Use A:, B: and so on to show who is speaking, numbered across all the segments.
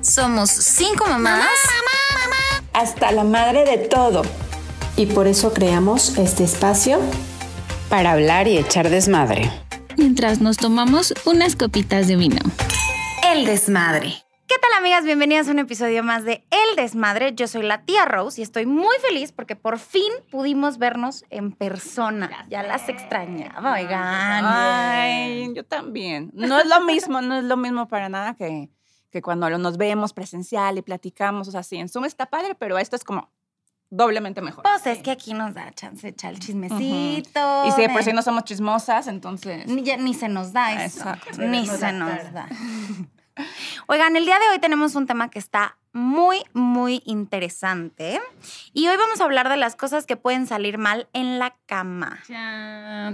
A: Somos cinco mamás.
B: hasta la madre de todo. Y por eso creamos este espacio
C: Para hablar y echar desmadre.
D: mientras nos tomamos unas copitas de vino.
C: El desmadre.
A: ¿Qué tal, amigas? Bienvenidas a un episodio más de El Desmadre. Yo soy la tía Rose y estoy muy feliz porque por fin pudimos vernos en persona. Ya las extrañaba, oigan.
E: Ay, yo también. No es lo mismo, no es lo mismo para nada que, que cuando lo- nos vemos presencial y platicamos, o sea, sí, en Zoom está padre, pero esto es como doblemente mejor.
A: Pues es que aquí nos da chance de echar el chismecito.
E: Y si de por
A: de-
E: sí no somos chismosas, entonces...
A: Ni, ya- ni se nos da eso.
E: Exacto.
A: Ni se nos da. Oigan, el día de hoy tenemos un tema que está muy, muy interesante. Y hoy vamos a hablar de las cosas que pueden salir mal en la cama.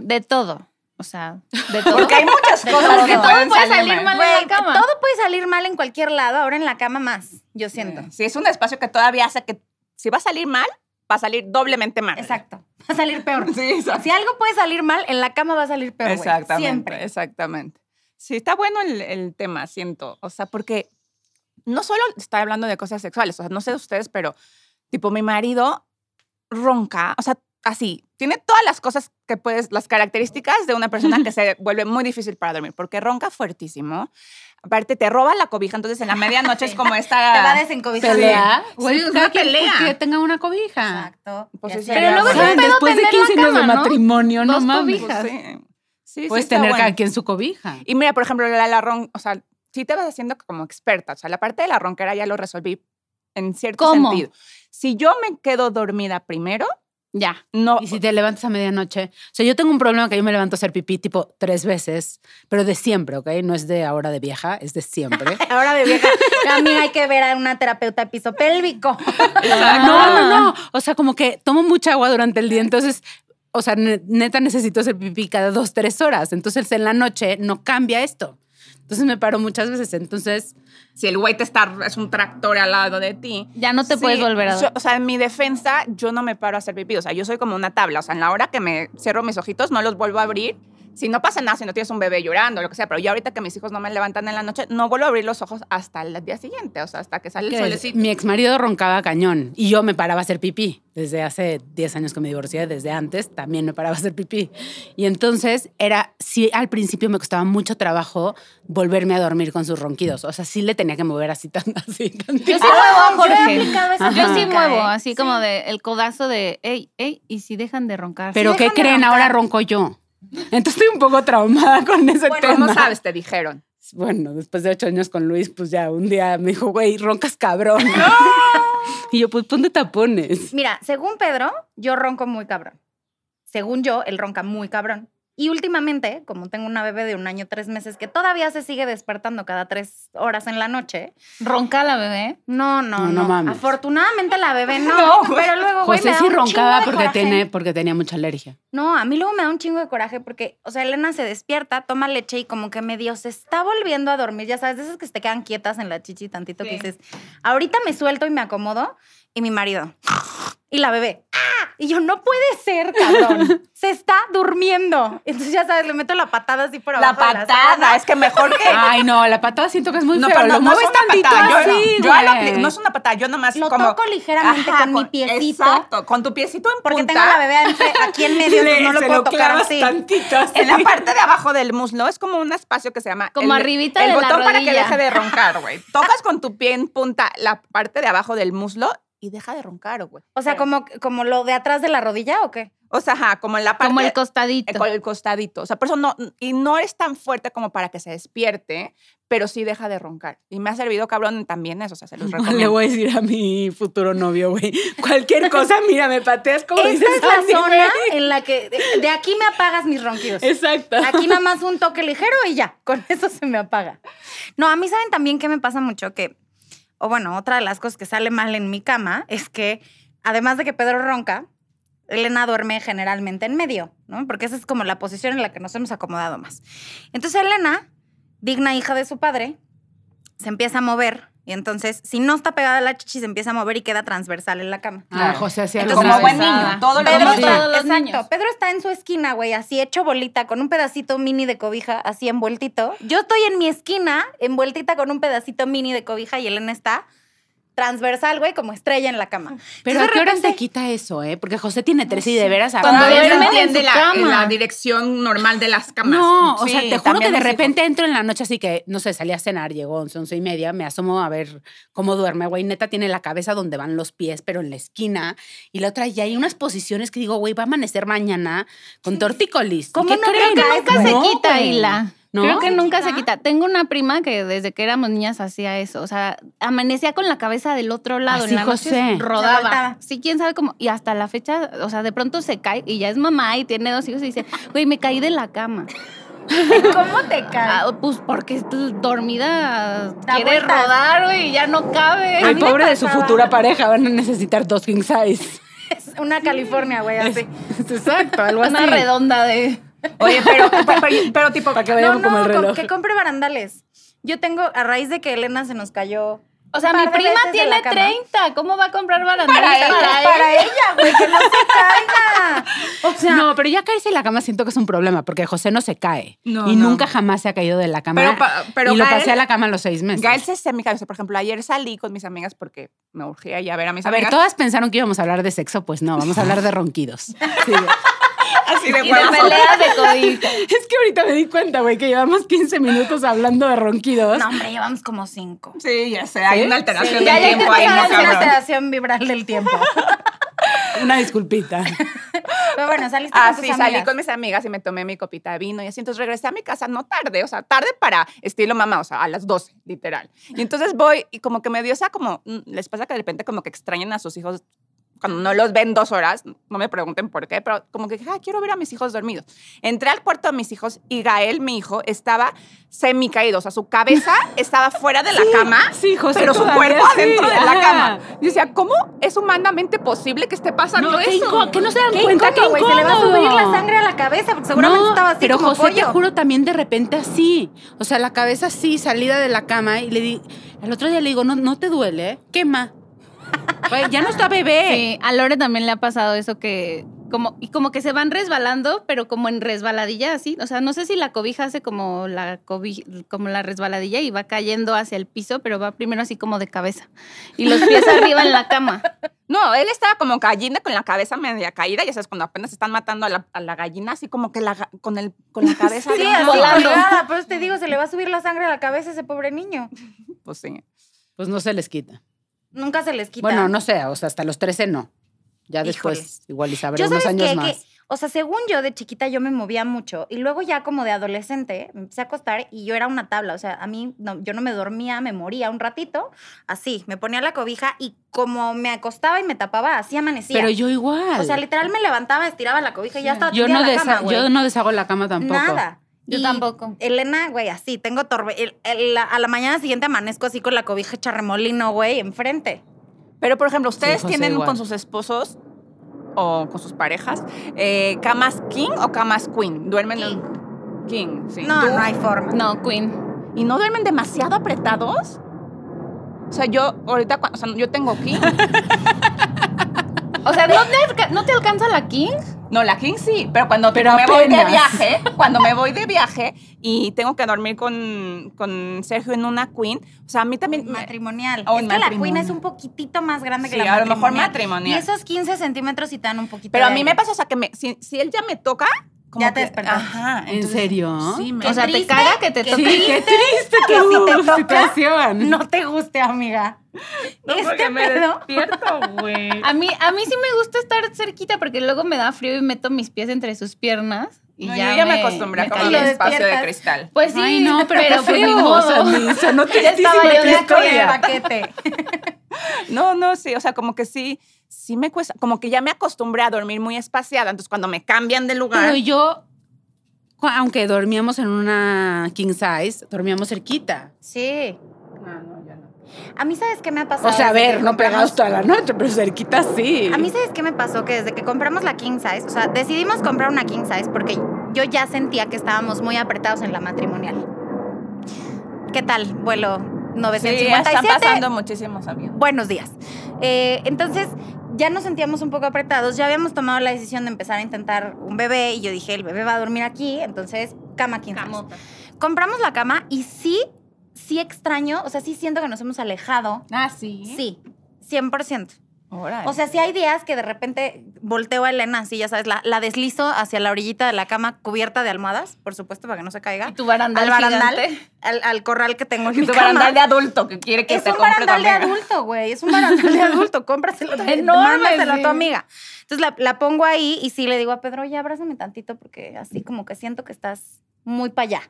D: De todo. O sea, de todo.
E: Porque hay muchas cosas
D: Porque
E: que
D: todo
E: pueden
D: puede
E: salir,
D: salir mal. en la cama.
A: todo puede salir mal en cualquier lado, ahora en la cama más, yo siento.
E: Sí, es un espacio que todavía hace que si va a salir mal, va a salir doblemente mal.
A: Exacto. Va a salir peor.
E: Sí, exacto.
A: Si algo puede salir mal, en la cama va a salir peor. güey.
E: Exactamente,
A: Siempre.
E: exactamente. Sí, está bueno el, el tema, siento. O sea, porque no solo está hablando de cosas sexuales, o sea, no sé ustedes, pero tipo mi marido ronca, o sea, así, tiene todas las cosas que puedes, las características de una persona que se vuelve muy difícil para dormir, porque ronca fuertísimo. Aparte, te roba la cobija, entonces en la medianoche es como esta...
A: Te va a desencobijar.
D: pelea. Güey,
E: Sí,
D: o sea,
E: una
D: que-
E: pelea.
D: Que tenga una cobija.
A: Exacto.
E: Pues
A: Y
E: sí,
A: así
D: Pero luego es un
A: agarra-
C: ¿Saben?
D: pedo
C: Después de
D: tener la
C: 15 años de
D: cama, ¿no?
C: matrimonio, no
D: Dos
C: mames.
D: cobijas.
E: Pues sí. Sí, sí,
C: Puedes
E: está
C: tener
E: bueno.
C: cada quien su cobija.
E: Y mira, por ejemplo, la, la ron, o sea, sí te vas haciendo como experta. O sea, la parte de la ronquera ya lo resolví en cierto
D: ¿Cómo?
E: sentido. Si yo me quedo dormida primero,
D: Ya.
E: no.
C: Y si te levantas a medianoche. O sea, yo tengo un problema que yo me levanto a hacer pipí tipo tres veces, pero de siempre, ¿ok? No es de ahora de vieja, es de siempre.
A: Ahora de vieja, también hay que ver a una terapeuta de piso pélvico.
C: No, no, no. O sea, como que tomo mucha agua durante el día, entonces, o sea, ne- neta necesito hacer pipí cada dos, tres horas. Entonces, en la noche no cambia esto. Entonces me paro muchas veces. Entonces,
E: Si el güey te está, es un tractor al lado de ti.
D: Ya no te puedes volver a
E: yo-
D: dormir.
E: O sea, en mi defensa, yo no me paro a hacer pipí. O sea, yo soy como una tabla. O sea, en la hora que me cierro mis ojitos, no los vuelvo a abrir. Si no pasa nada, si no tienes un bebé llorando, lo que sea, pero yo ahorita que mis hijos no me levantan en la noche, no vuelvo a abrir los ojos hasta el día siguiente, o sea, hasta que sale el solecito.
C: mi ex marido roncaba cañón y yo me paraba a hacer pipí. Desde hace 10 años que me divorcié, desde antes también me paraba a hacer pipí. Y entonces era, sí, al principio me costaba mucho trabajo volverme a dormir con sus ronquidos. O sea, sí le tenía que mover así, tan, así tantito.
D: Yo sí
A: Ah,
D: muevo,
A: yo he
D: Jorge.
A: aplicado esa
D: Yo sí
A: técnica,
D: muevo,
A: ¿eh?
D: así como de el codazo de, ey, ey, y si dejan de roncar.
C: Pero
A: Sí,
C: ¿qué
A: dejan de
C: creen?
A: roncar.
C: Ahora ronco yo. Entonces estoy un poco traumada con ese
A: Bueno,
C: tema.
E: ¿Cómo sabes? Te dijeron.
C: Bueno, después de ocho años con Luis, pues ya un día me dijo, güey, roncas cabrón. y yo, pues ponte tapones.
A: Mira, según Pedro, yo ronco muy cabrón. Según yo, él ronca muy cabrón. Y últimamente, como tengo una bebé de un año, tres meses, que todavía se sigue despertando cada tres horas en la noche.
D: Ronca la bebé.
A: No, no,
C: No,
A: no.
C: no mames.
A: Afortunadamente la bebé no.
E: No, güey.
A: pero luego, güey, me
C: José
A: da
C: sí
A: un chingo
C: roncaba
A: de
C: porque,
A: coraje.
C: tiene, porque tenía mucha alergia.
A: No, a mí luego me da un chingo de coraje porque, o sea, Elena se despierta, toma leche y como que medio se está volviendo a dormir. Ya sabes, de esas que se te quedan quietas en la chichi tantito que
E: Sí.
A: dices, ahorita me suelto y me acomodo. Y mi marido. Y la bebé. ¡Ah! Y yo, no puede ser, cabrón. Se está durmiendo. Entonces, ya sabes, le meto la patada así por
E: La
A: abajo. de
E: patada,
A: sábana.
E: es que mejor que.
C: Ay, no, la patada siento que es muy feo.
E: pero
C: Lo mueves
E: es una
C: tantito
E: patada, yo
C: así,
E: no.
C: güey.
E: Yo a la pli- no es una patada, yo nomás
A: Lo
E: como.
A: toco ligeramente
E: Ajá,
A: con, mi piecito.
E: Exacto, con tu piecito en
A: Porque
E: punta.
A: tengo la bebé enfre- aquí en medio, entonces no lo
C: se
A: puedo tocar
C: clavas
A: así.
C: tantito así.
E: En la parte de abajo del muslo es como un espacio que se llama.
D: Como arribita
E: el
D: de la
E: botón para que
D: rodilla.
E: deje de roncar, güey. Tocas con tu pie en punta la parte de abajo del muslo y deja de roncar, güey.
A: O sea, como, como lo de atrás de la rodilla o qué?
E: O sea, ajá, como en la parte.
D: Como el costadito.
E: eh, Con el costadito. O sea, por eso no. Y no es tan fuerte como para que se despierte, pero sí deja de roncar. Y me ha servido, cabrón, también eso. O sea, se los recomiendo.
C: Le voy a decir a mi futuro novio, güey. Cualquier cosa, mira, me pateas como
A: Esta
C: dices.
A: es la
C: así,
A: zona
C: güey.
A: en la que de- de aquí me apagas mis ronquidos.
C: Exacto.
A: Aquí nada más un toque ligero y ya, con eso se me apaga. No, a mí saben también que me pasa mucho que, o bueno, otra de las cosas que sale mal en mi cama es que, además de que Pedro ronca, Elena duerme generalmente en medio, ¿no? Porque esa es como la posición en la que nos hemos acomodado más. Entonces Elena, digna hija de su padre, se empieza a mover Y entonces, si no está pegada la chichi, se empieza a mover y queda transversal en la cama.
C: Ah, José hacía Ah. algo
A: Entonces,
E: Como buen
C: atravesada.
E: niño, todo lo
A: Pedro
E: que
D: Como
A: está,
D: todos los
A: exacto,
D: niños.
A: Pedro está en su esquina, güey, así hecho bolita, con un pedacito mini de cobija, así envueltito. Yo estoy en mi esquina, envueltita con un pedacito mini de cobija y Elena está transversal, güey, como estrella en la cama.
C: Pero
A: Entonces,
C: ¿a
A: de
C: qué hora
A: repente-
C: se quita eso, eh? Porque José tiene tres y de veras... ah, a-
E: Cuando
D: Cuando
E: duermen
D: duermen
E: en,
D: en su
E: la, en
D: cama.
E: la dirección normal de las camas.
C: No, o
E: Sí,
C: sea, te juro
E: también
C: que de
E: mis hijos.
C: repente entro en la noche así que, no sé, salí a cenar, llegó 11, 11 y media, me asomo a ver cómo duerme, güey, neta tiene la cabeza donde van los pies, pero en la esquina, y la otra, y hay unas posiciones que digo, güey, va a amanecer mañana con tortícolis.
A: ¿Cómo
C: ¿Qué
A: no? Creo
C: creen?
A: que
D: Nunca se
C: No,
D: quita,
C: güey.
D: Hila.
C: ¿No?
D: Creo que nunca se quita. Tengo una prima que desde que éramos niñas hacía eso. O sea, amanecía con la cabeza del otro lado. en
C: Así,
D: la noche
C: José.
A: La
D: rodaba.
A: voltaba.
D: Sí, quién sabe cómo. Y hasta la fecha, o sea, de pronto se cae y ya es mamá y tiene dos hijos y dice, güey, me caí de la cama.
A: ¿Cómo te caes?
D: Ah, pues porque estoy dormida
A: Da
D: quiere
A: vueltas.
D: rodar, güey, y ya no cabe.
C: Ay,
A: me
C: pobre de su
A: pasaba-
C: futura pareja, van a necesitar dos king size.
A: Una California, güey, así.
C: Exacto, algo así.
D: Una redonda de.
E: Oye, pero, pero, pero tipo,
C: Para que
A: No,
C: vean como
A: no,
C: el
A: con-
C: reloj.
A: que compre barandales. Yo tengo, a raíz de que Elena se nos cayó.
D: O sea,
A: un
D: mi
A: par de
D: prima
A: veces de la
D: tiene
A: cama.
D: 30. ¿Cómo va a comprar barandales
A: Para ella, para ella, güey, que no se caiga. O sea,
C: no, pero ya caerse en la cama siento que es un problema, porque José no se cae.
E: No,
C: y
E: no.
C: nunca jamás se ha caído de la cama.
E: Pero pa- pero
C: y lo
E: Gael-
C: pasé a la cama a los seis meses.
E: Gael se hacía mi cabeza. Por ejemplo, ayer salí con mis amigas porque me urgía ya ver a mis
C: A ver,
E: amigas.
C: todas pensaron que íbamos a hablar de sexo, pues no, vamos a hablar de ronquidos.
E: así de
D: Y de
E: huevos.
D: peleas de codito.
C: Es que ahorita me di cuenta, güey, que llevamos 15 minutos hablando de ronquidos.
A: no, hombre, llevamos como cinco.
E: Sí, ya sé, hay una alteración
A: Sí,
E: de
A: ya, ya
E: tiempo ahí,
A: intentamos
E: no,
A: hacer una
E: cabrón.
A: alteración vibral del tiempo.
C: Una disculpita.
A: Pero bueno, saliste
E: Ah,
A: con tus
E: sí,
A: amigas.
E: salí con mis amigas y me tomé mi copita de vino y así. Entonces regresé a mi casa, no tarde, o sea, tarde para estilo mamá, o sea, a las 12, literal. Y entonces voy y como que me dio esa como, mm, les pasa que de repente como que extrañan a sus hijos cuando no los ven dos horas, no me pregunten por qué, pero como que dije, "Ah, quiero ver a mis hijos dormidos. Entré al cuarto de mis hijos y Gael, mi hijo, estaba semicaído, o sea, su cabeza estaba fuera de la cama.
C: Sí, José.
E: Pero su
C: todavía
E: cuerpo
C: sí,
E: adentro de
C: ajá.
E: la cama. Yo decía, ¿cómo es humanamente posible que esté pasando
C: No, qué
E: eso?
C: inco- que no se dan
A: Qué
C: cuenta
A: incómodo,
C: que
A: güey, se le va a subir la sangre a la cabeza porque seguramente estaba así
C: pero
A: como
C: José,
A: pollo.
C: te juro, también de repente así. O sea, la cabeza así, salida de la cama. Y le di... El otro día le digo, no, no te duele, quema. Güey, ya no está bebé.
D: Sí, a Lore también le ha pasado eso que como y como que se van resbalando, pero como en resbaladilla así, o sea, no sé si la cobija hace como la cobi- como la resbaladilla y va cayendo hacia el piso, pero va primero así como de cabeza y los pies arriba en la cama.
E: No, él estaba como gallina con la cabeza media caída, ya sabes, cuando apenas están matando a la, a la gallina, así como que la, ga- con, el, con la cabeza
A: Sí,
E: bien
A: así
E: volando.
A: colgada, por eso te digo, se le va a subir la sangre a la cabeza a ese pobre niño.
E: Pues sí.
C: Pues no se les quita.
A: Nunca se les quita.
C: Bueno, no sé, o sea, hasta los 13 no. Ya
A: Híjole.
C: después, igual y sabré
A: yo
C: unos
A: sabes
C: años
A: qué?
C: más.
A: que, o sea, según yo de chiquita yo me movía mucho y luego ya como de adolescente me empecé a acostar y yo era una tabla, o sea, a mí no, yo no me dormía, me moría un ratito, así, me ponía la cobija y como me acostaba y me tapaba, así amanecía.
C: Pero yo igual.
A: o sea, literal me levantaba, estiraba la cobija y ya estaba
C: yo
A: tendida
C: no,
A: en la
C: desa-
A: cama, güey.
C: yo no deshago la cama tampoco.
A: Nada.
D: Yo
A: Y
D: tampoco.
A: Elena, güey, así, tengo torbe. el- el- la- a la mañana siguiente amanezco así con la cobija hecha remolino, güey, enfrente.
E: Pero, por ejemplo, ¿ustedes
C: José
E: tienen
C: igual.
E: con sus esposos o con sus parejas eh, camas king o camas queen? ¿Duermen en king? Sí.
A: No,
E: ¿Tú?
A: no hay forma.
D: No, Queen.
E: ¿Y no duermen demasiado apretados? O sea, yo ahorita, cua- o sea, yo tengo king.
D: O sea, ¿no te, alca- no te alcanza la King?
E: No, la king sí, pero cuando
C: Pero
E: tipo, me voy de
C: apenas.
E: viaje, cuando me voy de viaje y tengo que dormir con, con Sergio en una queen, o sea, a mí también... me-
A: matrimonial.
E: Oh,
A: es que la
E: matrimonio.
A: queen es un poquitito más grande
E: Sí,
A: que la
E: a lo mejor
A: matrimonial.
E: matrimonial.
A: Y esos 15 centímetros sí te dan un poquito
E: Pero a
A: de
E: mí
A: aire.
E: me pasa, o sea, que me- si, si él ya me toca... como
A: Ya te
E: que- ah,
A: despertaste.
E: Ajá.
C: ¿En serio?
E: Sí, me...
A: Qué
D: O sea, te
A: triste,
D: caga que te
A: qué
D: toque.
A: triste.
C: triste
A: que si te toca,
C: situación.
A: No te guste, amiga. este pedo...
D: A mí, a mí sí me gusta estar cerquita porque luego me da frío y meto mis pies entre sus piernas. Y
E: No,
D: ya
E: yo ya me, acostumbré a
D: me
E: como un
A: lo
D: calienta.
E: espacio de
A: despiertas.
E: cristal.
D: Pues sí,
C: Ay, no, pero, qué
D: pues, ni
C: feo,
D: modo.
C: o sea, ni- sonó
D: Ya estaba
C: tristísima
D: yo
C: tu
D: de
C: historia.
A: paquete.
E: No, no, sí, o sea, como que sí, sí me cuesta, como que ya me acostumbré a dormir muy espaciada, entonces cuando me cambian de lugar...
C: Pero yo, cu- aunque dormíamos en una king size, dormíamos cerquita.
A: Sí.
E: No, Ah, no, ya no.
A: A mí, ¿sabes qué me ha pasado?
C: O sea, a
A: desde
C: ver,
A: que
C: no
A: compramos-
C: pegados toda la noche, pero cerquita sí.
A: A mí, ¿sabes qué me pasó? Que desde que compramos la king size, o sea, decidimos comprar una king size porque yo ya sentía que estábamos muy apretados en la matrimonial. ¿Qué tal, vuelo
E: Sí, están
A: 957.
E: pasando muchísimos aviones.
A: Buenos días. Eh, entonces, ya nos sentíamos un poco apretados. Ya habíamos tomado la decisión de empezar a intentar un bebé y yo dije, el bebé va a dormir aquí, entonces cama king size.
D: Camota.
A: Compramos la cama y sí, sí extraño, o sea, sí siento que nos hemos alejado.
E: Ah, sí.
A: Sí, 100%.
E: Órale.
A: O sea, sí hay días que de repente volteo a Elena, así ya sabes, la, la deslizo hacia la orillita de la cama cubierta de almohadas, por supuesto, para que no se
D: Y
A: caiga.
D: tu barandal,
A: Al barandal,
D: gigante.
A: al, al corral que tengo en mi
E: tu
A: cama.
E: barandal de adulto que quiere que
A: es
E: te
A: un
E: compre tu
A: barandal de
E: amiga.
A: adulto, güey. Es un barandal de adulto. Cómpraselo.
E: Enorme,
A: Mándaselo a
E: sí.
A: tu amiga. Entonces la, la pongo ahí y sí le digo a Pedro, ya abrázame tantito porque así como que siento que estás muy para allá.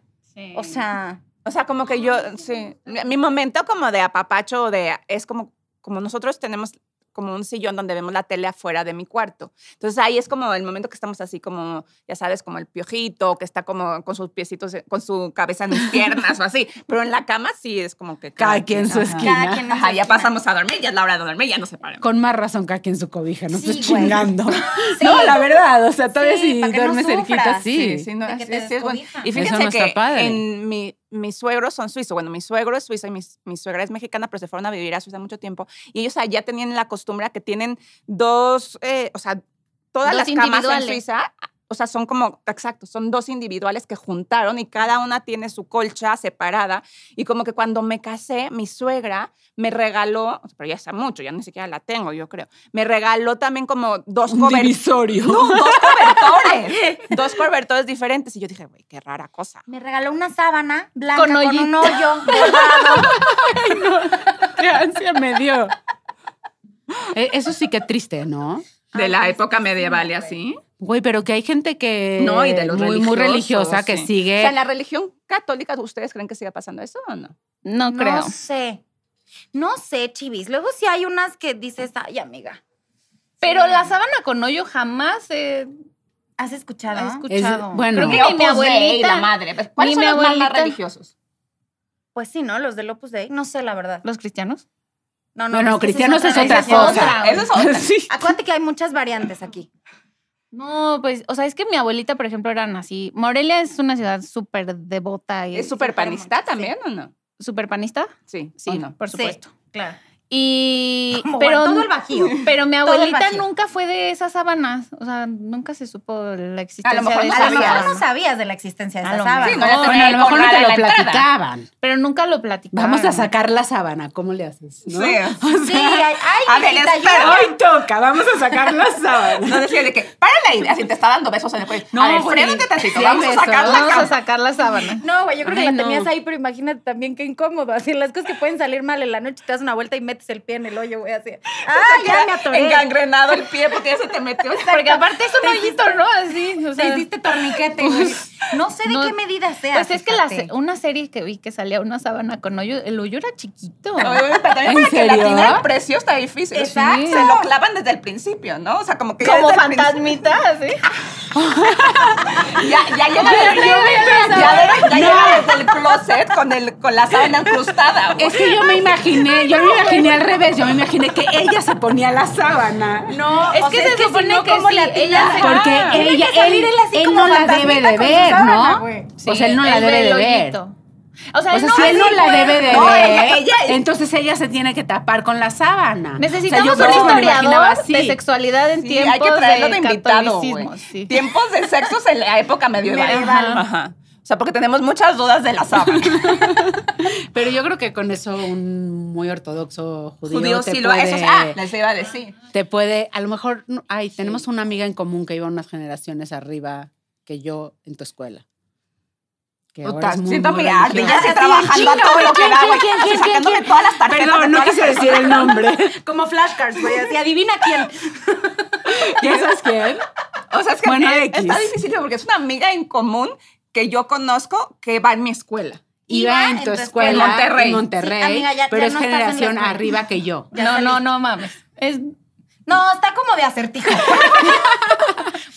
A: O sea,
E: O sea, como que yo, sí. Mi mi momento como de apapacho o de, es como, como nosotros tenemos como un sillón donde vemos la tele afuera de mi cuarto. Entonces ahí es como el momento que estamos así como, ya sabes, como el piojito, que está como con sus piecitos, eh, con su cabeza en mis piernas o así. Pero en la cama sí es como que...
C: Cada quien su
E: ajá.
C: esquina.
A: Cada quien en su
E: Ajá, ya
A: esquina.
E: pasamos a dormir, ya es la hora de dormir, ya no se paran.
C: Con más razón que aquí en su cobija, no
A: Sí,
C: estés
A: güey.
C: chingando.
A: Sí.
C: No, la verdad, o sea, todavía
A: Sí,
C: si
A: para que no
C: duermes
A: sufras.
C: cerquita, sí.
E: Sí, sí, no,
A: De que
E: sí,
A: te
E: sí es bueno.
A: descobija.
E: Y
C: Eso
E: fíjense
C: no está
E: que
C: padre.
E: en mi, mis suegros son suizos. Bueno, mi suegro es suizo y mis- mi, suegra es mexicana, pero se fueron a vivir a Suiza mucho tiempo. Y ellos allá tenían la costumbre a que tienen dos, eh, o sea, todas
D: Dos
E: las camas en
D: individuales.
E: Suiza, o sea, son como, exacto, son dos individuales que juntaron y cada una tiene su colcha separada. Y como que cuando me casé, mi suegra me regaló, pero ya está mucho, ya ni siquiera la tengo, yo creo, me regaló también como dos
C: Un
E: cobertores
C: divisorio.
E: dos cobertores. dos cobertores diferentes. Y yo dije, güey, qué rara cosa.
A: me regaló una sábana blanca
D: Con
A: con, un
D: hoyito.
A: hoyo dorado.
C: Qué ansia me dio. Eh, Eso sí que triste, ¿no?
E: De la época medieval y así.
C: Güey, pero que hay gente que
E: No, y de los
C: muy, muy
E: religiosos,
C: religiosa que
E: sí. O
C: sigue.
E: sea, en la religión católica, ¿ustedes creen que siga pasando eso o no?
D: No,
A: No
D: creo.
A: sé. No sé, chivis. Luego sí hay unas que dices, ay, amiga,
D: Pero la sábana con hoyo jamás he
A: ¿has escuchado?
D: he
C: Es-
D: escuchado.
C: bueno.
D: creo que
C: Ni
D: ni mi abuelita.
E: pues, la madre. Pues, ¿Cuáles
D: ni
E: son
D: mi
E: los más- más
D: abuelita.
E: religiosos?
A: Pues sí, ¿no? Los del Opus Dei. No sé, la verdad.
D: ¿Los cristianos?
A: No,
C: Bueno,
A: es que esa
C: cristianos es otra
A: esa
C: cosa.
E: Eso es otra.
C: Sí.
A: Acuérdate que hay muchas variantes aquí.
D: No, pues, o sea, es que mi abuelita, por ejemplo, eran así. Morelia es una ciudad súper devota. y
E: ¿Es súper panista también o no?
D: ¿Súper panista?
E: Sí,
D: Sí,
E: ¿o no?
D: por
A: Sí.
D: supuesto.
A: Claro.
D: Y.
A: Como
D: pero,
A: todo el Bajío.
D: Pero mi
A: Todo el
D: abuelita
A: Bajío.
D: nunca fue de esas sábanas. O sea, nunca se supo la existencia
E: mejor
D: de
E: no
A: A
D: esa
A: lo
E: sabía,
A: mejor
D: sábana.
A: no sabías de la existencia de
D: A
A: esa
D: lo
A: sábana.
D: mejor.
E: Sí, no, ya
C: Bueno, a
E: tenía
C: lo mejor no
E: colgada
C: te lo
E: en la entrada.
C: platicaban.
D: Pero nunca lo platicaban.
C: Vamos a sacar la sábana, ¿cómo le haces? no?
E: Sí.
C: O
A: Sí,
C: sea,
A: ay, ay,
E: A ver,
A: mijita, yo-
E: espera.
C: Hoy toca, vamos a sacar la sábana.
E: No decía de que, párale ahí, así te está dando besos en el cuello.
C: No,
E: a ver,
C: güey.
E: frénate tantito,
C: Sí,
E: vamos a sacar la
D: Vamos a
E: cama.
D: sacar la sábana.
A: No, güey, yo creo que
C: Ay,
A: la
C: no.
A: tenías ahí, pero imagínate también qué incómodo. Así las cosas que pueden salir mal en la noche, te das una vuelta y metes el pie en el hoyo, güey, así. Ah, ya me atoré.
E: Engangrenado el pie porque ya se te metió.
D: Porque aparte es un hoyito, ¿no? Así. O
A: Te
D: sea,
A: hiciste torniquete, güey. No sé de
D: no-
A: qué medida sea.
D: pues es que la
A: fíjate.
D: se- una serie que vi que salía una sábana con hoyo, el hoyo era chiquito.
E: Oye, pero también
C: ¿En
E: para que la
C: serio?
E: tiene el precio está difícil.
A: Exacto.
E: Se lo clavan desde el principio, ¿no? O sea, como que. ya
D: Como
E: desde el
D: fantasmita, así.
E: principio- Ya, ya llega, desde, ya, ya llega desde el closet con, el, con la sábana incrustada.
C: Es que yo me imaginé, yo me imaginé al revés, yo me imaginé que ella se ponía la sábana.
A: No,
D: Es
A: o
D: que
A: sea,
D: se
A: si
D: supone
A: no,
D: que
A: ¿cómo
D: sí,
A: le atinas?
D: ella se-
C: Porque ella, él, él no la debe de ver, ¿no? o sea, él no la
D: el
C: debe
D: del
C: de ver.
D: hoyito. O sea,
C: O sea, si él no
D: sí,
C: la
D: güey.
C: debe de
E: No,
C: ver,
E: ella- ella-
C: entonces ella se tiene que tapar con la sábana.
D: Necesitamos
C: O sea, yo por eso
D: un
C: me lo imaginaba
D: historiador
C: así.
D: de sexualidad en
E: Sí,
D: tiempos
E: hay que traerlo de, invitado.
D: catolicismo,
E: güey.
D: sí.
E: Tiempos de sexos en la época medieval.
D: Medieval.
E: Ajá. O sea, porque tenemos muchas dudas de la sábana.
C: Pero yo creo que con eso un muy ortodoxo judío,
E: Judíos
C: te
E: sí lo.
C: puede...
E: Eso, ah, les iba a decir.
C: te puede, a lo mejor, no- ay, tenemos una amiga en común que iba unas generaciones arriba que yo en tu escuela. Que ahora
E: Puta,
C: es muy,
E: siento mi
C: muy religiosa.
E: ardilla así trabajando a todo lo que da, güey. Así sacándome todas las tarjetas. de
C: Perdón, no
E: todas las
C: quise decir el nombre.
A: Como flashcards, güey. Así, adivina quién.
C: ¿Ya sabes quién?
E: O sea, es que
C: Bueno,
E: eh,
C: X.
E: está difícil porque es una amiga en común que yo conozco que va en mi escuela.
C: Iba en tu escuela
E: en Monterrey.
C: en Monterrey,
A: Sí, amiga, ya-
C: pero
A: ya
C: es
A: no estás en la
C: generación
A: escuela.
C: arriba que yo.
A: Ya
D: No,
A: salí.
D: no, no mames. Es,
A: No, está como de acertijo.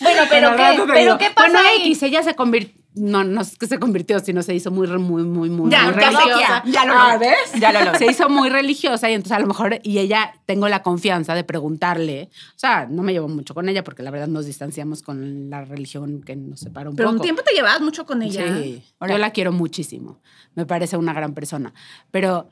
D: bueno, pero,
C: al
D: ¿qué,
C: rato te
D: pero
C: digo.
D: ¿qué pasa
C: Bueno,
D: ahí?
C: X, ella se convirtió, no, no es que se convirtió, sino se hizo muy, re- muy, muy, muy,
E: Ya,
C: muy
E: ya lo-
C: religiosa.
E: ya lo
C: Ah,
E: logré.
C: ¿ves?
E: Ya lo logré.
C: Se hizo muy religiosa y entonces a lo mejor, y ella, tengo la confianza de preguntarle, o sea, no me llevo mucho con ella porque la verdad nos distanciamos con la religión que nos separa un poco.
E: te llevabas mucho con
C: Sí, yo la quiero muchísimo. Me parece una gran persona. Pero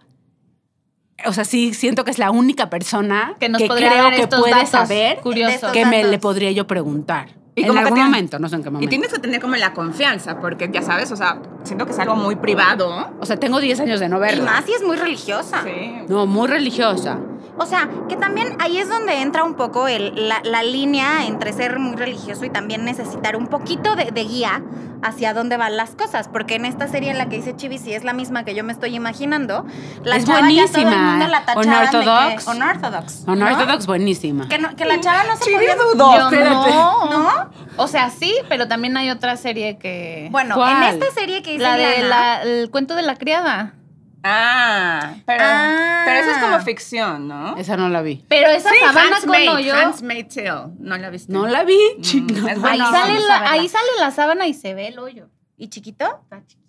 C: o sea, sí siento que es la única persona
D: Que nos podría dar estos datos curiosos.
A: estos
C: que me
A: datos.
C: le podría yo preguntar.
E: Y
C: en
E: como que
C: algún
E: tiene-
C: momento, no sé en qué
E: Y
C: momento.
E: tienes que tener como la confianza, porque ya sabes, o sea, siento que es algo muy privado.
C: O sea, tengo 10 años de no
A: Y
C: verla.
A: más si es muy religiosa.
E: Sí.
C: No, muy religiosa.
A: O sea, que también ahí es donde entra un poco el- la, la línea entre ser muy religioso y también necesitar un poquito de, de guía hacia dónde van las cosas. Porque en esta serie en la que dice Chibi, si es la misma que yo me estoy imaginando, la
C: Es
A: chava ya todo el
C: buenísima.
A: mundo la tachaban de
C: Unorthodox.
A: que- unorthodox. ¿no?
C: Unorthodox, buenísima.
A: Que, no- que la chava no se podía...
D: Yo no.
A: ¿No?
D: O sea, sí, pero también hay otra serie que.
A: Bueno,
C: ¿Cuál?
A: en esta serie que dice
D: la de
A: Lana-
D: la- el cuento de la criada.
E: Ah, pero,
A: Ah.
E: pero eso es como ficción, ¿no?
C: Esa no la vi.
D: Pero esa
E: Sí,
D: sabana
E: Handmaid's
D: con hoyo.
E: Handmaid's Tale. No la viste.
C: No la Mm, vi, chica.
E: Mm, es
D: Ahí,
E: bueno,
D: sale
A: vamos a
D: la,
A: verla.
D: ahí sale la sábana y se ve el hoyo.
A: ¿Y chiquito?
D: Está chiquito.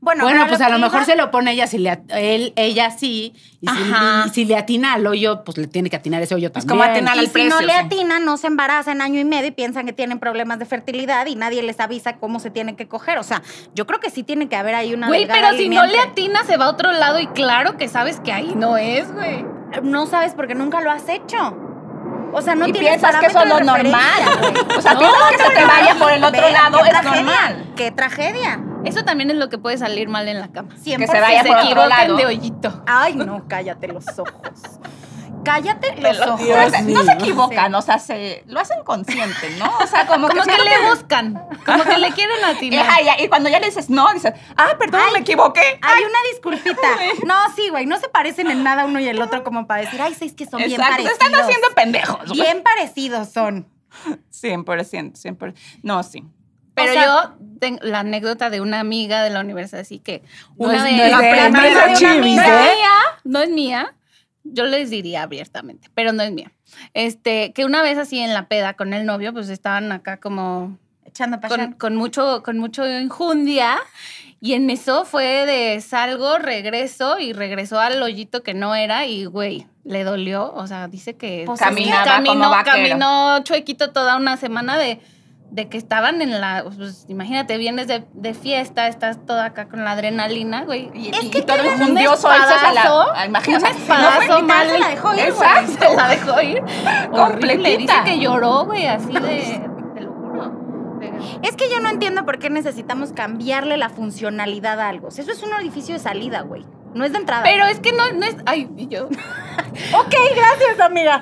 A: Bueno,
C: bueno,
A: pero
C: pues a
A: que
C: lo mejor
A: iba-
C: se lo pone ella, si le, at- él, ella sí, y si,
A: Ajá.
C: y si le atina al hoyo, pues le tiene que atinar ese hoyo también.
E: como atinar-
A: Y
E: al
A: si
E: precio,
A: no le
E: sí.
A: atinan, no se embarazan año y medio y piensan que tienen problemas de fertilidad y nadie les avisa cómo se tienen que coger. O sea, yo creo que sí tiene que haber ahí una.
D: Güey,
A: delgada
D: pero si
A: línea
D: no le
A: entre-
D: atina, se va a otro lado y claro que sabes que ahí no es, güey.
A: No sabes porque nunca lo has hecho. O sea, no
E: Y
A: tienes
E: piensas que eso es
A: parámetro
E: lo
A: de referencia,
E: normal.
A: güey.
E: O sea,
A: No,
E: piensas que se te vaya por el otro
A: ve,
E: lado,
A: qué
E: es
A: tragedia,
E: normal.
A: Qué tragedia.
D: Eso también es lo que puede salir mal en la cama.
A: 100%.
E: Que se vaya
D: se
E: por otro
D: equivocan
E: lado.
D: de hoyito.
A: Ay, no, cállate los ojos. Cállate los ojos.
E: no, se, no se equivocan,
A: Sí.
E: o sea, se, lo hacen consciente, ¿no? O sea, como,
D: Como que
E: siento
D: le buscan, como que le quieren atinar.
E: Ajá, y- y cuando ya le dices no, dices, ah, perdón,
A: Ay.
E: me equivoqué.
A: Hay una disculpita. No, sí, güey, no se parecen en nada uno y el otro como para decir, ay, sí, es que son bien
E: Exacto, se
A: parecidos.
E: están haciendo pendejos. güey.
A: Bien parecidos son.
E: 100%, 100%. No, sí.
D: Pero
A: O sea-
D: yo tengo la anécdota de una amiga de la universidad, así que una
C: es-
D: de
C: no es
D: la
C: de-
D: prima
E: no es de
D: de una
E: Chivis,
D: amiga-
E: ¿eh?
D: no es mía, no es mía. Yo les diría abiertamente, pero no es mía. Este, que una vez así en la peda con el novio, pues estaban acá como
A: Echando para
D: con, con mucho, con mucho enjundia. Y en eso fue de salgo, regreso y regresó al hoyito que no era y güey, le dolió. O sea, dice que
A: Pues es que
E: Caminaba como
D: caminó,
E: vaquero.
D: caminó chuequito toda una semana de, de que estaban en la. Pues, imagínate, vienes de, de fiesta, estás toda acá con la adrenalina, güey.
E: Y,
A: Es
E: y
A: que
E: todo
A: tienen un
E: enjundioso, eso es a la...
D: espadazo,
E: ah, Imagínate, o sea,
A: No fue
D: Espadazo
A: quitar,
D: mal.
A: se la dejó ir, güey.
D: Exacto, la dejó ir. Horrible. Dice
E: Completita.
D: que lloró, güey, así de. Te lo juro. De-
A: Es que yo no entiendo por qué necesitamos cambiarle la funcionalidad a algo. O sea, Eso es un orificio de salida, güey. No es de entrada.
D: Pero es que no, no es. Ay, y yo.
A: ok, gracias, amiga.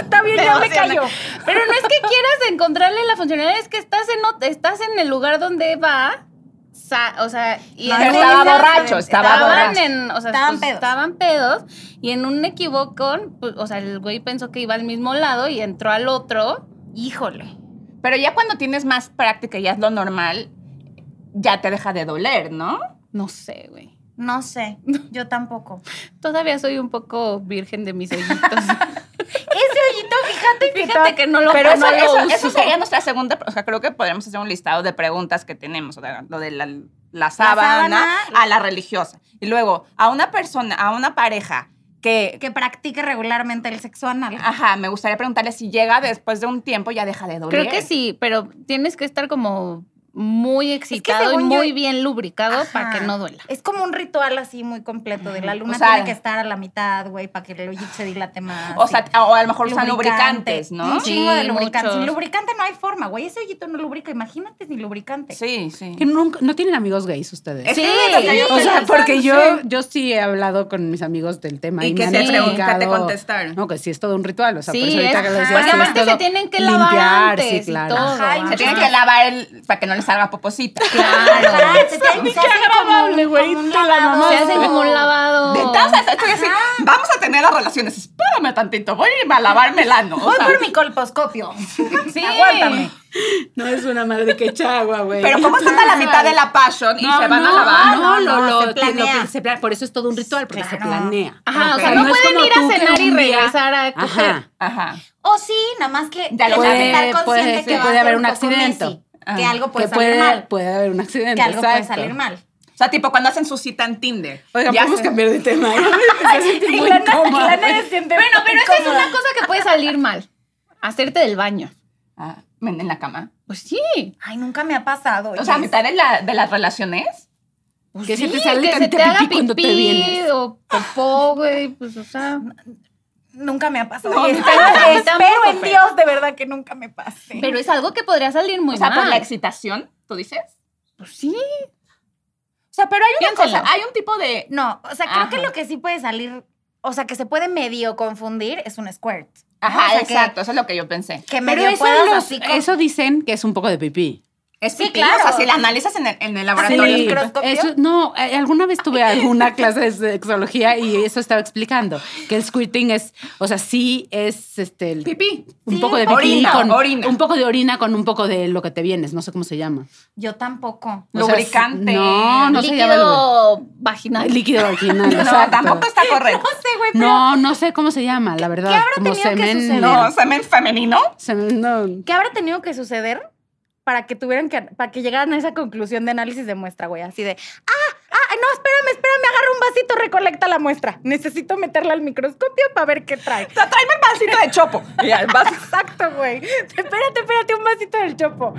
A: Está bien, ya me
E: emocioné.
A: cayó.
D: Pero no es que quieras encontrarle la funcionalidad, es que estás en, ot- estás en el lugar donde va. sa- o sea, y
A: No,
D: entonces
E: estaba
D: ellos
E: borracho, estaba
D: estaban
E: borracho.
D: en- o sea,
A: Estaban
D: pues,
A: pedos.
D: estaban pedos, Y en un equivocón, pues, o sea, el güey pensó que iba al mismo lado y entró al otro.
A: Híjole.
E: Pero ya cuando tienes más práctica y ya es lo normal, ya te deja de doler, ¿no?
D: No sé, güey.
A: No sé, yo tampoco.
D: Todavía soy un poco virgen de mis hoyitos.
A: Ese hoyito, fíjate que
D: Fíjate que no lo,
E: Pero eso,
D: no lo
E: eso,
D: uso.
E: eso sería nuestra segunda... O sea, creo que podríamos hacer un listado de preguntas que tenemos. O sea, lo de la, la sábana
A: sábana.
E: a la religiosa. Y luego, a una persona, a una pareja que...
A: que practique regularmente el sexo anal.
E: Ajá, me gustaría preguntarle si llega después de un tiempo ya deja de doler.
D: Creo que sí, pero tienes que estar como muy excitado y
A: según yo-
D: muy bien lubricado
A: Ajá.
D: para que no duela.
A: Es como un ritual así muy completo de la luna
E: O sea,
A: tiene que estar a la mitad, güey, para que el hoyito se dilate más.
E: O sea,
A: sí.
E: o a lo mejor usan
A: Lubricante.
E: lubricantes, ¿no?
A: Un chingo de
D: Sí,
A: lubricante. Sin
D: muchos.
A: lubricante no hay forma, güey. Ese hoyito no lubrica, imagínate sin lubricante.
E: Sí, sí.
C: Que nunca- no tienen amigos gays ustedes.
E: Sí,
C: O sea, porque yo, yo sí he hablado con mis amigos del tema. Y,
E: Y que
C: me
E: te
C: han
E: pregun- que te
C: explicado-
E: contestaron.
C: No, que sí es todo un ritual. O sea, por
D: Sí,
C: eso ahorita
D: es-
C: que lo decías,
D: porque
C: sí es
D: aparte se
C: todo
D: tienen que lavar
C: limpiar,
D: antes
C: sí,
D: y
C: claro.
D: todo.
A: Ajá, y
E: Se
A: Ah.
E: tiene que lavar el, para que no le salga poposita.
A: Claro. Se tiene- se hace como
C: agradable,
A: un-
C: güey,
A: como un
C: te la
A: lavado.
C: mamaste.
D: Se hacen como un lavado.
E: Entonces, estoy así, vamos a tener las relaciones. Espérame tantito, voy a irme a lavarme el ano. o
A: Voy
E: sea,
A: por mi colposcopio.
D: Sí.
A: Aguántame.
C: No es una madre que chagua, güey.
E: pero como están a la mitad de la passion y se van a lavar.
C: No,
A: No,
C: lo,
A: no,
C: lo-
A: se planea.
C: lo- se planea. Por eso es todo un ritual, porque se
A: Claro.
C: planea.
D: Ajá, o
E: Ok.
D: sea, no,
E: No
C: es
D: pueden
C: como
D: ir
C: tú
D: a
C: que
D: cenar y
C: un día-
D: regresar a coger.
C: Ajá.
E: Ajá.
A: O sí, nada más que
E: Ya
A: tienes
E: lo
A: que
E: sabe.
A: estar
C: Puede-
A: consciente
C: puede-
A: que va
C: puede
A: a
C: haber
A: ser
C: un
A: poco
C: accidente.
A: messy,
E: Ajá.
A: Que algo puede
C: que
A: salir
C: puede,
A: mal.
C: puede haber un accidente.
A: Que algo puede
C: exacto.
A: salir mal.
E: O sea, tipo cuando hacen su cita en Tinder.
C: Oigan,
E: Ya
C: podemos
E: sé.
C: cambiar de tema. ¿eh? Me hace sentir muy incómoda, güey.
A: Bueno,
D: Bueno, pero esa es una cosa que puede salir mal. Hacerte del baño.
E: Ah, en la cama.
D: Pues sí.
A: Ay, nunca me ha pasado.
E: O sea, a
A: oye.
E: mitad de, la- de las relaciones.
D: Pues
C: Que se
D: sí,
C: te salga
D: que se
C: tantita
D: te haga
C: pipí cuando te
D: pipí
C: vienes.
D: o popó, güey, pues, o sea.
A: Nunca me ha pasado.
D: No,
A: Y
D: no,
A: espero,
D: a mí
A: espero
D: tampoco,
A: en
D: pero-
A: Dios de verdad que nunca me pase.
D: Pero
C: eh.
D: es algo que podría salir muy
E: o sea, por
D: mal.
E: la excitación, ¿tú dices?
D: Pues sí.
E: O sea, pero hay una
D: Piénsalo.
E: cosa, hay un tipo de...
A: no, o sea, creo
E: Ajá.
A: que lo que sí puede salir, o sea, que se puede medio confundir es un squirt. ¿no?
E: Ajá,
A: O sea, que-
E: exacto, eso es lo que yo pensé.
A: Que,
C: Pero
A: medio
C: eso,
A: puedas
C: los-
A: así como-
C: eso dicen que es un poco de pipí.
E: Es
A: Sí,
E: pipí,
A: claro.
E: o sea, si la analizas en el, en Ah, el laboratorio.
A: el
C: Sí,
E: es pipí.
A: microscopio?
C: eso- no, eh, alguna vez tuve alguna clase de sexología y eso estaba explicando, que el squirting es, o sea, sí es este, el-
E: Pipí.
C: un
A: Sí,
C: poco de pipí
E: orina,
C: con
E: orina.
C: un poco de orina con un poco de lo que te vienes, no sé cómo se llama.
A: Yo tampoco.
C: O sea,
E: Lubricante.
C: no, no se llama lubricante.
D: líquido vaginal.
C: líquido vaginal.
E: No,
C: exacto.
E: tampoco está correcto.
C: No, no sé cómo se llama, la verdad.
A: qué habrá
C: Como
A: tenido que
C: semen-
A: suceder?
E: No, semen femenino.
C: semen- no.
A: ¿Qué habrá tenido que suceder para que tuvieran que, para que llegaran a esa conclusión de análisis de muestra, güey? Así de, ah, ah, no, espérame, espérame, agarra un vasito, recolecta la muestra. Necesito meterla al microscopio para ver qué trae.
E: O sea, Tráeme el vasito de chopo. Y, el vas-
A: Exacto, güey. Espérate, espérate, un vasito del chopo.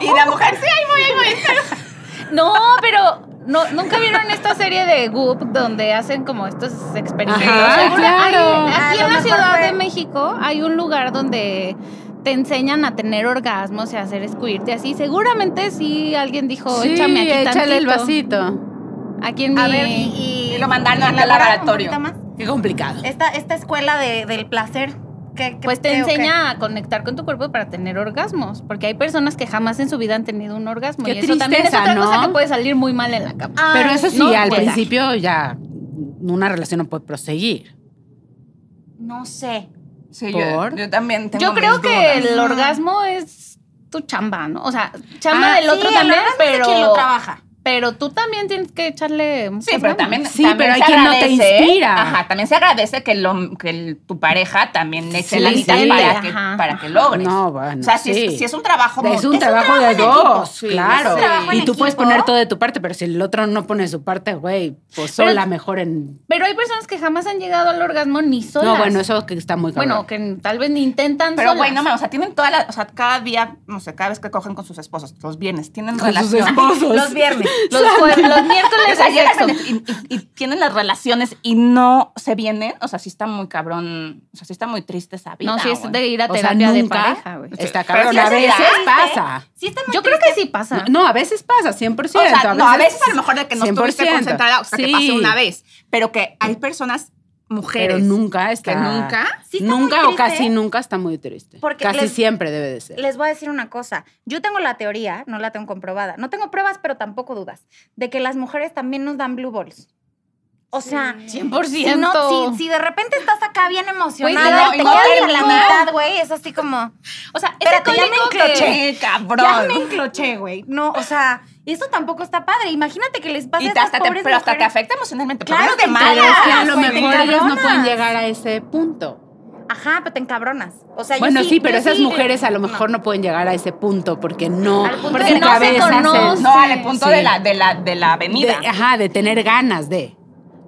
E: y la mujer, sí, ahí voy, ahí voy.
D: No, pero no, nunca vieron esta serie de Goop donde hacen como estos experimentos.
C: Ajá,
D: Seguro-
C: claro.
D: hay- aquí
A: A lo
D: en la
A: mejor
D: Ciudad
A: fue-
D: de México hay un lugar donde te enseñan a tener orgasmos y a hacer squirt y así. Seguramente sí alguien dijo,
C: Sí,
D: échame aquí
C: échale el
D: tantito".
C: vasito.
D: Aquí en mi...
A: A ver, y,
E: Y lo mandaron al
A: elaborar un
E: laboratorio.
A: poquito más.
C: Qué complicado.
A: Esta, esta escuela de- del placer. ¿qué- qué-
D: Pues te
A: qué o qué?
D: enseña a conectar con tu cuerpo para tener orgasmos, porque hay personas que jamás en su vida han tenido un orgasmo
C: Qué
D: y eso también es
C: tristeza,
D: otra
C: ¿no?
D: cosa que puede salir muy mal en la cama.
A: Ay,
C: Pero eso sí,
D: no,
C: al
D: pues.
C: principio ya una relación no puede proseguir.
A: No sé.
E: Sí,
C: ¿Por?
E: yo, yo también tengo
D: Yo creo
E: mis
D: que
E: dudas.
D: el orgasmo es tu chamba, ¿no? O sea, chamba
C: Ah,
D: del otro también, pero
A: quien lo trabaja.
D: pero tú también tienes que echarle muchas
E: Sí, pero
D: ganas.
E: también,
C: Sí,
E: también
C: pero hay
E: se
C: quien no te
E: agradece-
C: inspira.
E: Ajá, también se agradece que, el hom- que el- tu pareja también le eche
C: Sí,
E: la mitad
C: sí.
E: para, que,
D: Ajá.
E: para que logres.
C: No, bueno,
E: o sea, si,
C: sí.
E: es, si es un trabajo
C: Es un
E: mon-
C: trabajo de dos,
E: Sí,
C: claro.
E: es un trabajo
C: Y
A: en
C: tú puedes
A: equipo.
C: poner todo de tu parte, pero si el otro no pone su parte, güey, pues
D: Pero-
C: sola mejor en.
D: Pero hay personas que jamás han llegado al orgasmo ni solas.
C: No, bueno, eso que está muy cabrón.
D: Bueno, que tal vez ni intentan
E: Pero
D: solas.
E: güey, no mames, o sea, tienen toda la, o sea, cada día, no sé, cada vez que cogen con sus esposos, los viernes, tienen
C: con sus
E: relación.
C: esposos.
A: Los viernes.
D: los, jue- los
E: O
D: miércoles
E: sea,
D: hay
E: llegan
D: sexo.
E: y, y- y tienen las relaciones y no se vienen, o sea, sí está muy cabrón, o sea, sí está muy triste esa vida.
D: No, si es
E: güey.
D: de ir a
C: o sea,
D: terapia de
C: nunca
D: pareja, güey.
C: está
E: Pero
C: cabrón.
E: sí
C: A
E: es
C: veces
E: triste.
C: pasa.
A: Sí, está muy
D: Yo creo que sí pasa.
C: No, a veces pasa, 100%.
E: O sea, no, a veces a lo mejor de que no estuviste
C: 100%.
E: concentrada, o sea, que
C: Sí.
E: pasó una vez, pero que hay personas, mujeres,
C: Pero nunca está.
E: que nunca...
A: Sí está muy
C: nunca o
A: triste. ¿eh?
C: casi nunca está muy triste.
A: Porque
C: casi
A: les-
C: siempre debe de ser.
A: Les voy a decir una cosa. Yo tengo la teoría, no la tengo comprobada. No tengo pruebas, pero tampoco dudas, de que las mujeres también nos dan blue balls. O sea,
D: 100%.
A: si, no, si, si de repente estás acá bien emocionada
D: Güey, no,
A: y te
E: no
A: quedas en la
E: terminó.
A: mitad, güey, es así como,
D: o sea, ese
A: Espérate, ya me
D: código que...
A: encloché.
E: Che, cabrón.
A: ya me encloché, güey. No, o sea, eso tampoco está padre. Imagínate que les pasa
E: Y
A: a
E: te-
A: estas
E: hasta te,
A: pobres
E: pero hasta te
A: mujeres.
E: afecta emocionalmente.
A: Claro,
E: Claro,
A: te
E: te mala.
C: Pero es que a
A: Ah,
C: lo
A: güey,
C: mejor
A: te
C: ellos no
A: cabronas.
C: pueden llegar a ese punto.
A: Ajá, pero te encabronas. O sea, yo
C: Bueno, sí, pero
A: yo
C: esas
A: sí-
C: mujeres a lo mejor no. pueden llegar a ese punto porque no,
A: Al punto
C: porque
A: de
C: su
A: no se
C: cabeza
D: conocen.
E: No, al punto
C: Sí.
E: de, la, de, la, de la
C: de-
E: avenida.
C: ajá, de tener ganas de.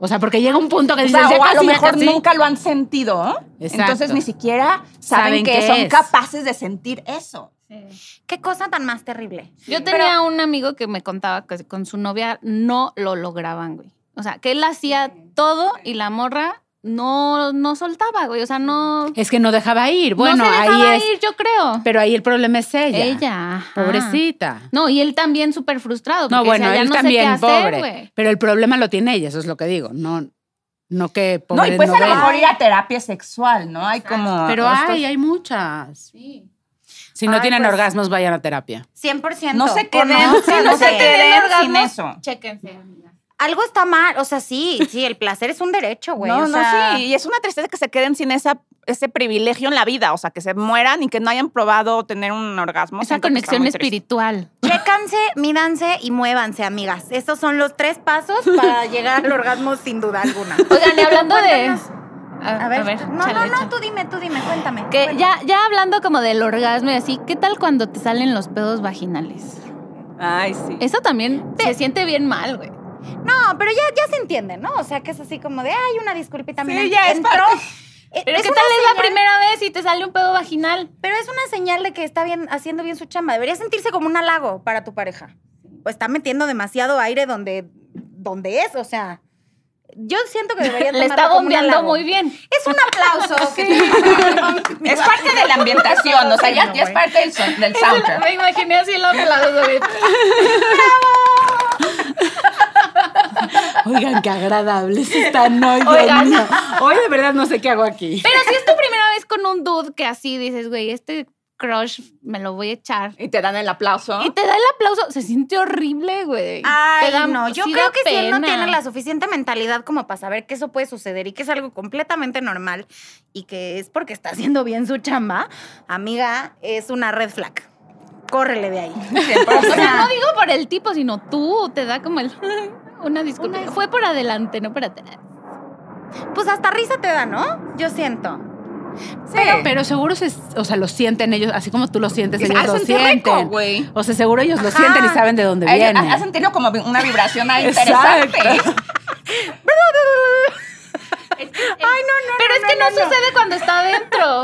C: O sea, porque llega un punto que
E: o
C: dices,
E: sea,
C: ya
E: o a lo
C: casi, ya
E: mejor
C: casi.
E: nunca lo han sentido. ¿no?
C: Exacto.
E: Entonces ni siquiera saben,
C: Saben
E: que
C: qué
E: son
C: es.
E: capaces de sentir eso.
D: Sí.
A: Qué cosa tan más terrible.
D: Yo tenía un amigo que me contaba que con su novia no lo lograban, güey. O sea, que él hacía todo y la morra no, no soltaba, güey. O sea, no...
C: Es que no dejaba ir. Bueno,
D: no se dejaba
C: ahí es.
D: ir, yo creo.
C: Pero ahí el problema es ella.
D: Ella. Ah. ajá.
C: Pobrecita.
D: No, y él también súper frustrado.
C: No,
D: porque
C: bueno,
D: decía, ya
C: él
D: no sé
C: también,
D: qué hacer,
C: pobre.
D: güey.
C: pero el problema lo tiene ella, eso es lo que digo. No, no que pobre
E: no, y pues
C: no
E: a lo
C: vea.
E: mejor ir a terapia sexual, ¿no? Hay como.
C: Pero
E: estos-
C: hay, hay muchas.
D: Sí.
C: Si no
A: Ay,
C: tienen
A: pues-
C: orgasmos, vayan a terapia.
A: 100%.
E: No se
A: Con-
E: queden,
A: o sea,
E: no se
A: de-
E: queden sin
D: orgasmos.
E: eso.
D: Chéquense, amiga.
A: Algo está mal. O sea, sí, sí, el placer es un derecho, güey.
E: no,
A: o
E: no,
A: sea,
E: sí. Y es una tristeza que se queden sin esa, ese privilegio en la vida. O sea, que se mueran y que no hayan probado tener un orgasmo.
D: Esa
E: Siento que está
D: conexión
E: muy triste.
D: espiritual.
A: Chécanse, mídanse y muévanse, amigas. Estos son los tres pasos para llegar al orgasmo sin duda alguna.
D: Oigan, y hablando de.
A: Cuéntanos.
D: A,
A: A ver,
D: a ver,
A: no,
D: chale,
A: no, no,
D: chale.
A: tú dime, tú dime, cuéntame.
D: Que
A: cuéntame.
D: ya, ya hablando como del orgasmo y así, ¿qué tal cuando te salen los pedos vaginales?
E: Ay, sí.
D: Eso también se siente bien mal, güey.
A: No, pero ya, ya se entiende, ¿no? O sea, que es así como de, ay, una disculpita,
E: Sí,
A: mira,
E: ya es
A: entró".
E: parte-
A: Eh,
D: Pero
A: es
D: ¿qué
A: una
D: tal es la
A: señal-
D: primera vez y te sale un pedo vaginal?
A: Pero es una señal de que está bien, haciendo bien su chamba. Debería sentirse como un halago para tu pareja. O está metiendo Pues demasiado aire donde donde es, o sea, yo siento que debería
D: Le
A: tomarlo
D: está
A: como un
D: bombeando
A: halago.
D: muy bien.
A: Es un aplauso. que-
E: Es parte de la ambientación, o sea, ya, ya es parte del, son- del
A: Ah,
E: soundtrack.
D: Me imaginé así los lados de
C: Oigan, qué agradables están hoy. Dios
D: Oigan.
C: mío. Hoy de verdad no sé qué hago aquí.
D: Pero si es tu primera vez con un dude que así dices, güey, este crush me lo voy a echar.
E: Y te dan el aplauso.
D: Y te da el aplauso. Se siente horrible, güey. Te
A: Ay,
D: da-
A: no, yo
D: sí
A: creo
D: da
A: que si él no
D: pena.
A: tiene la suficiente mentalidad como para saber que eso puede suceder y que es algo completamente normal y que es porque está haciendo bien su chamba, amiga, es una red flag. Córrele de ahí.
D: O sea, no digo por el tipo, sino tú. Te da como el... Una disculpa. Fue por adelante, no por atrás.
A: Pues hasta risa te da, ¿no? Yo siento.
C: Pero, pero seguro se, o sea, lo sienten ellos, así como tú lo sientes,
E: Dice,
C: ellos
E: "Ay,
C: lo
E: sentí rico,
C: sienten.
E: güey.
C: o sea, seguro ellos lo
A: Ajá.
C: sienten y saben de dónde
E: Ay,
C: viene.
E: ha- Has sentido como vi- una vibración ahí
C: Exacto.
E: interesante.
D: Ay, no, no. Pero es que no, sucede cuando está adentro.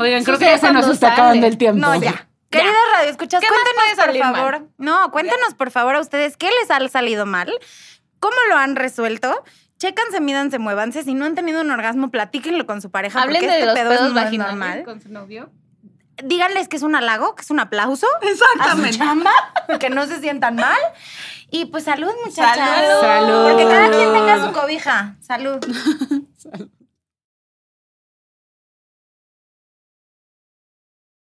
C: Oigan, creo que
D: Sucede
C: ya se nos
D: cuando
C: está
D: sale.
C: acabando el tiempo.
A: No, ya. Queridas radioescuchas,
D: ¿Qué más puede
A: cuéntenos por
D: salir
A: favor. No, cuéntenos por favor a ustedes qué les ha salido mal, cómo lo han resuelto. Chécanse, mídanse, muévanse. Si no han tenido un orgasmo, platíquenlo con su pareja.
D: Hablen
A: porque
D: de
A: este
D: los
A: pedo
D: pedos
A: no es
D: vaginales
A: normal.
D: con su novio.
A: díganles que es un halago, que es un aplauso. A su chamba, que no se sientan mal. Y pues salud, muchachas.
E: Salud.
C: Salud.
A: Porque cada quien tenga su cobija. Salud.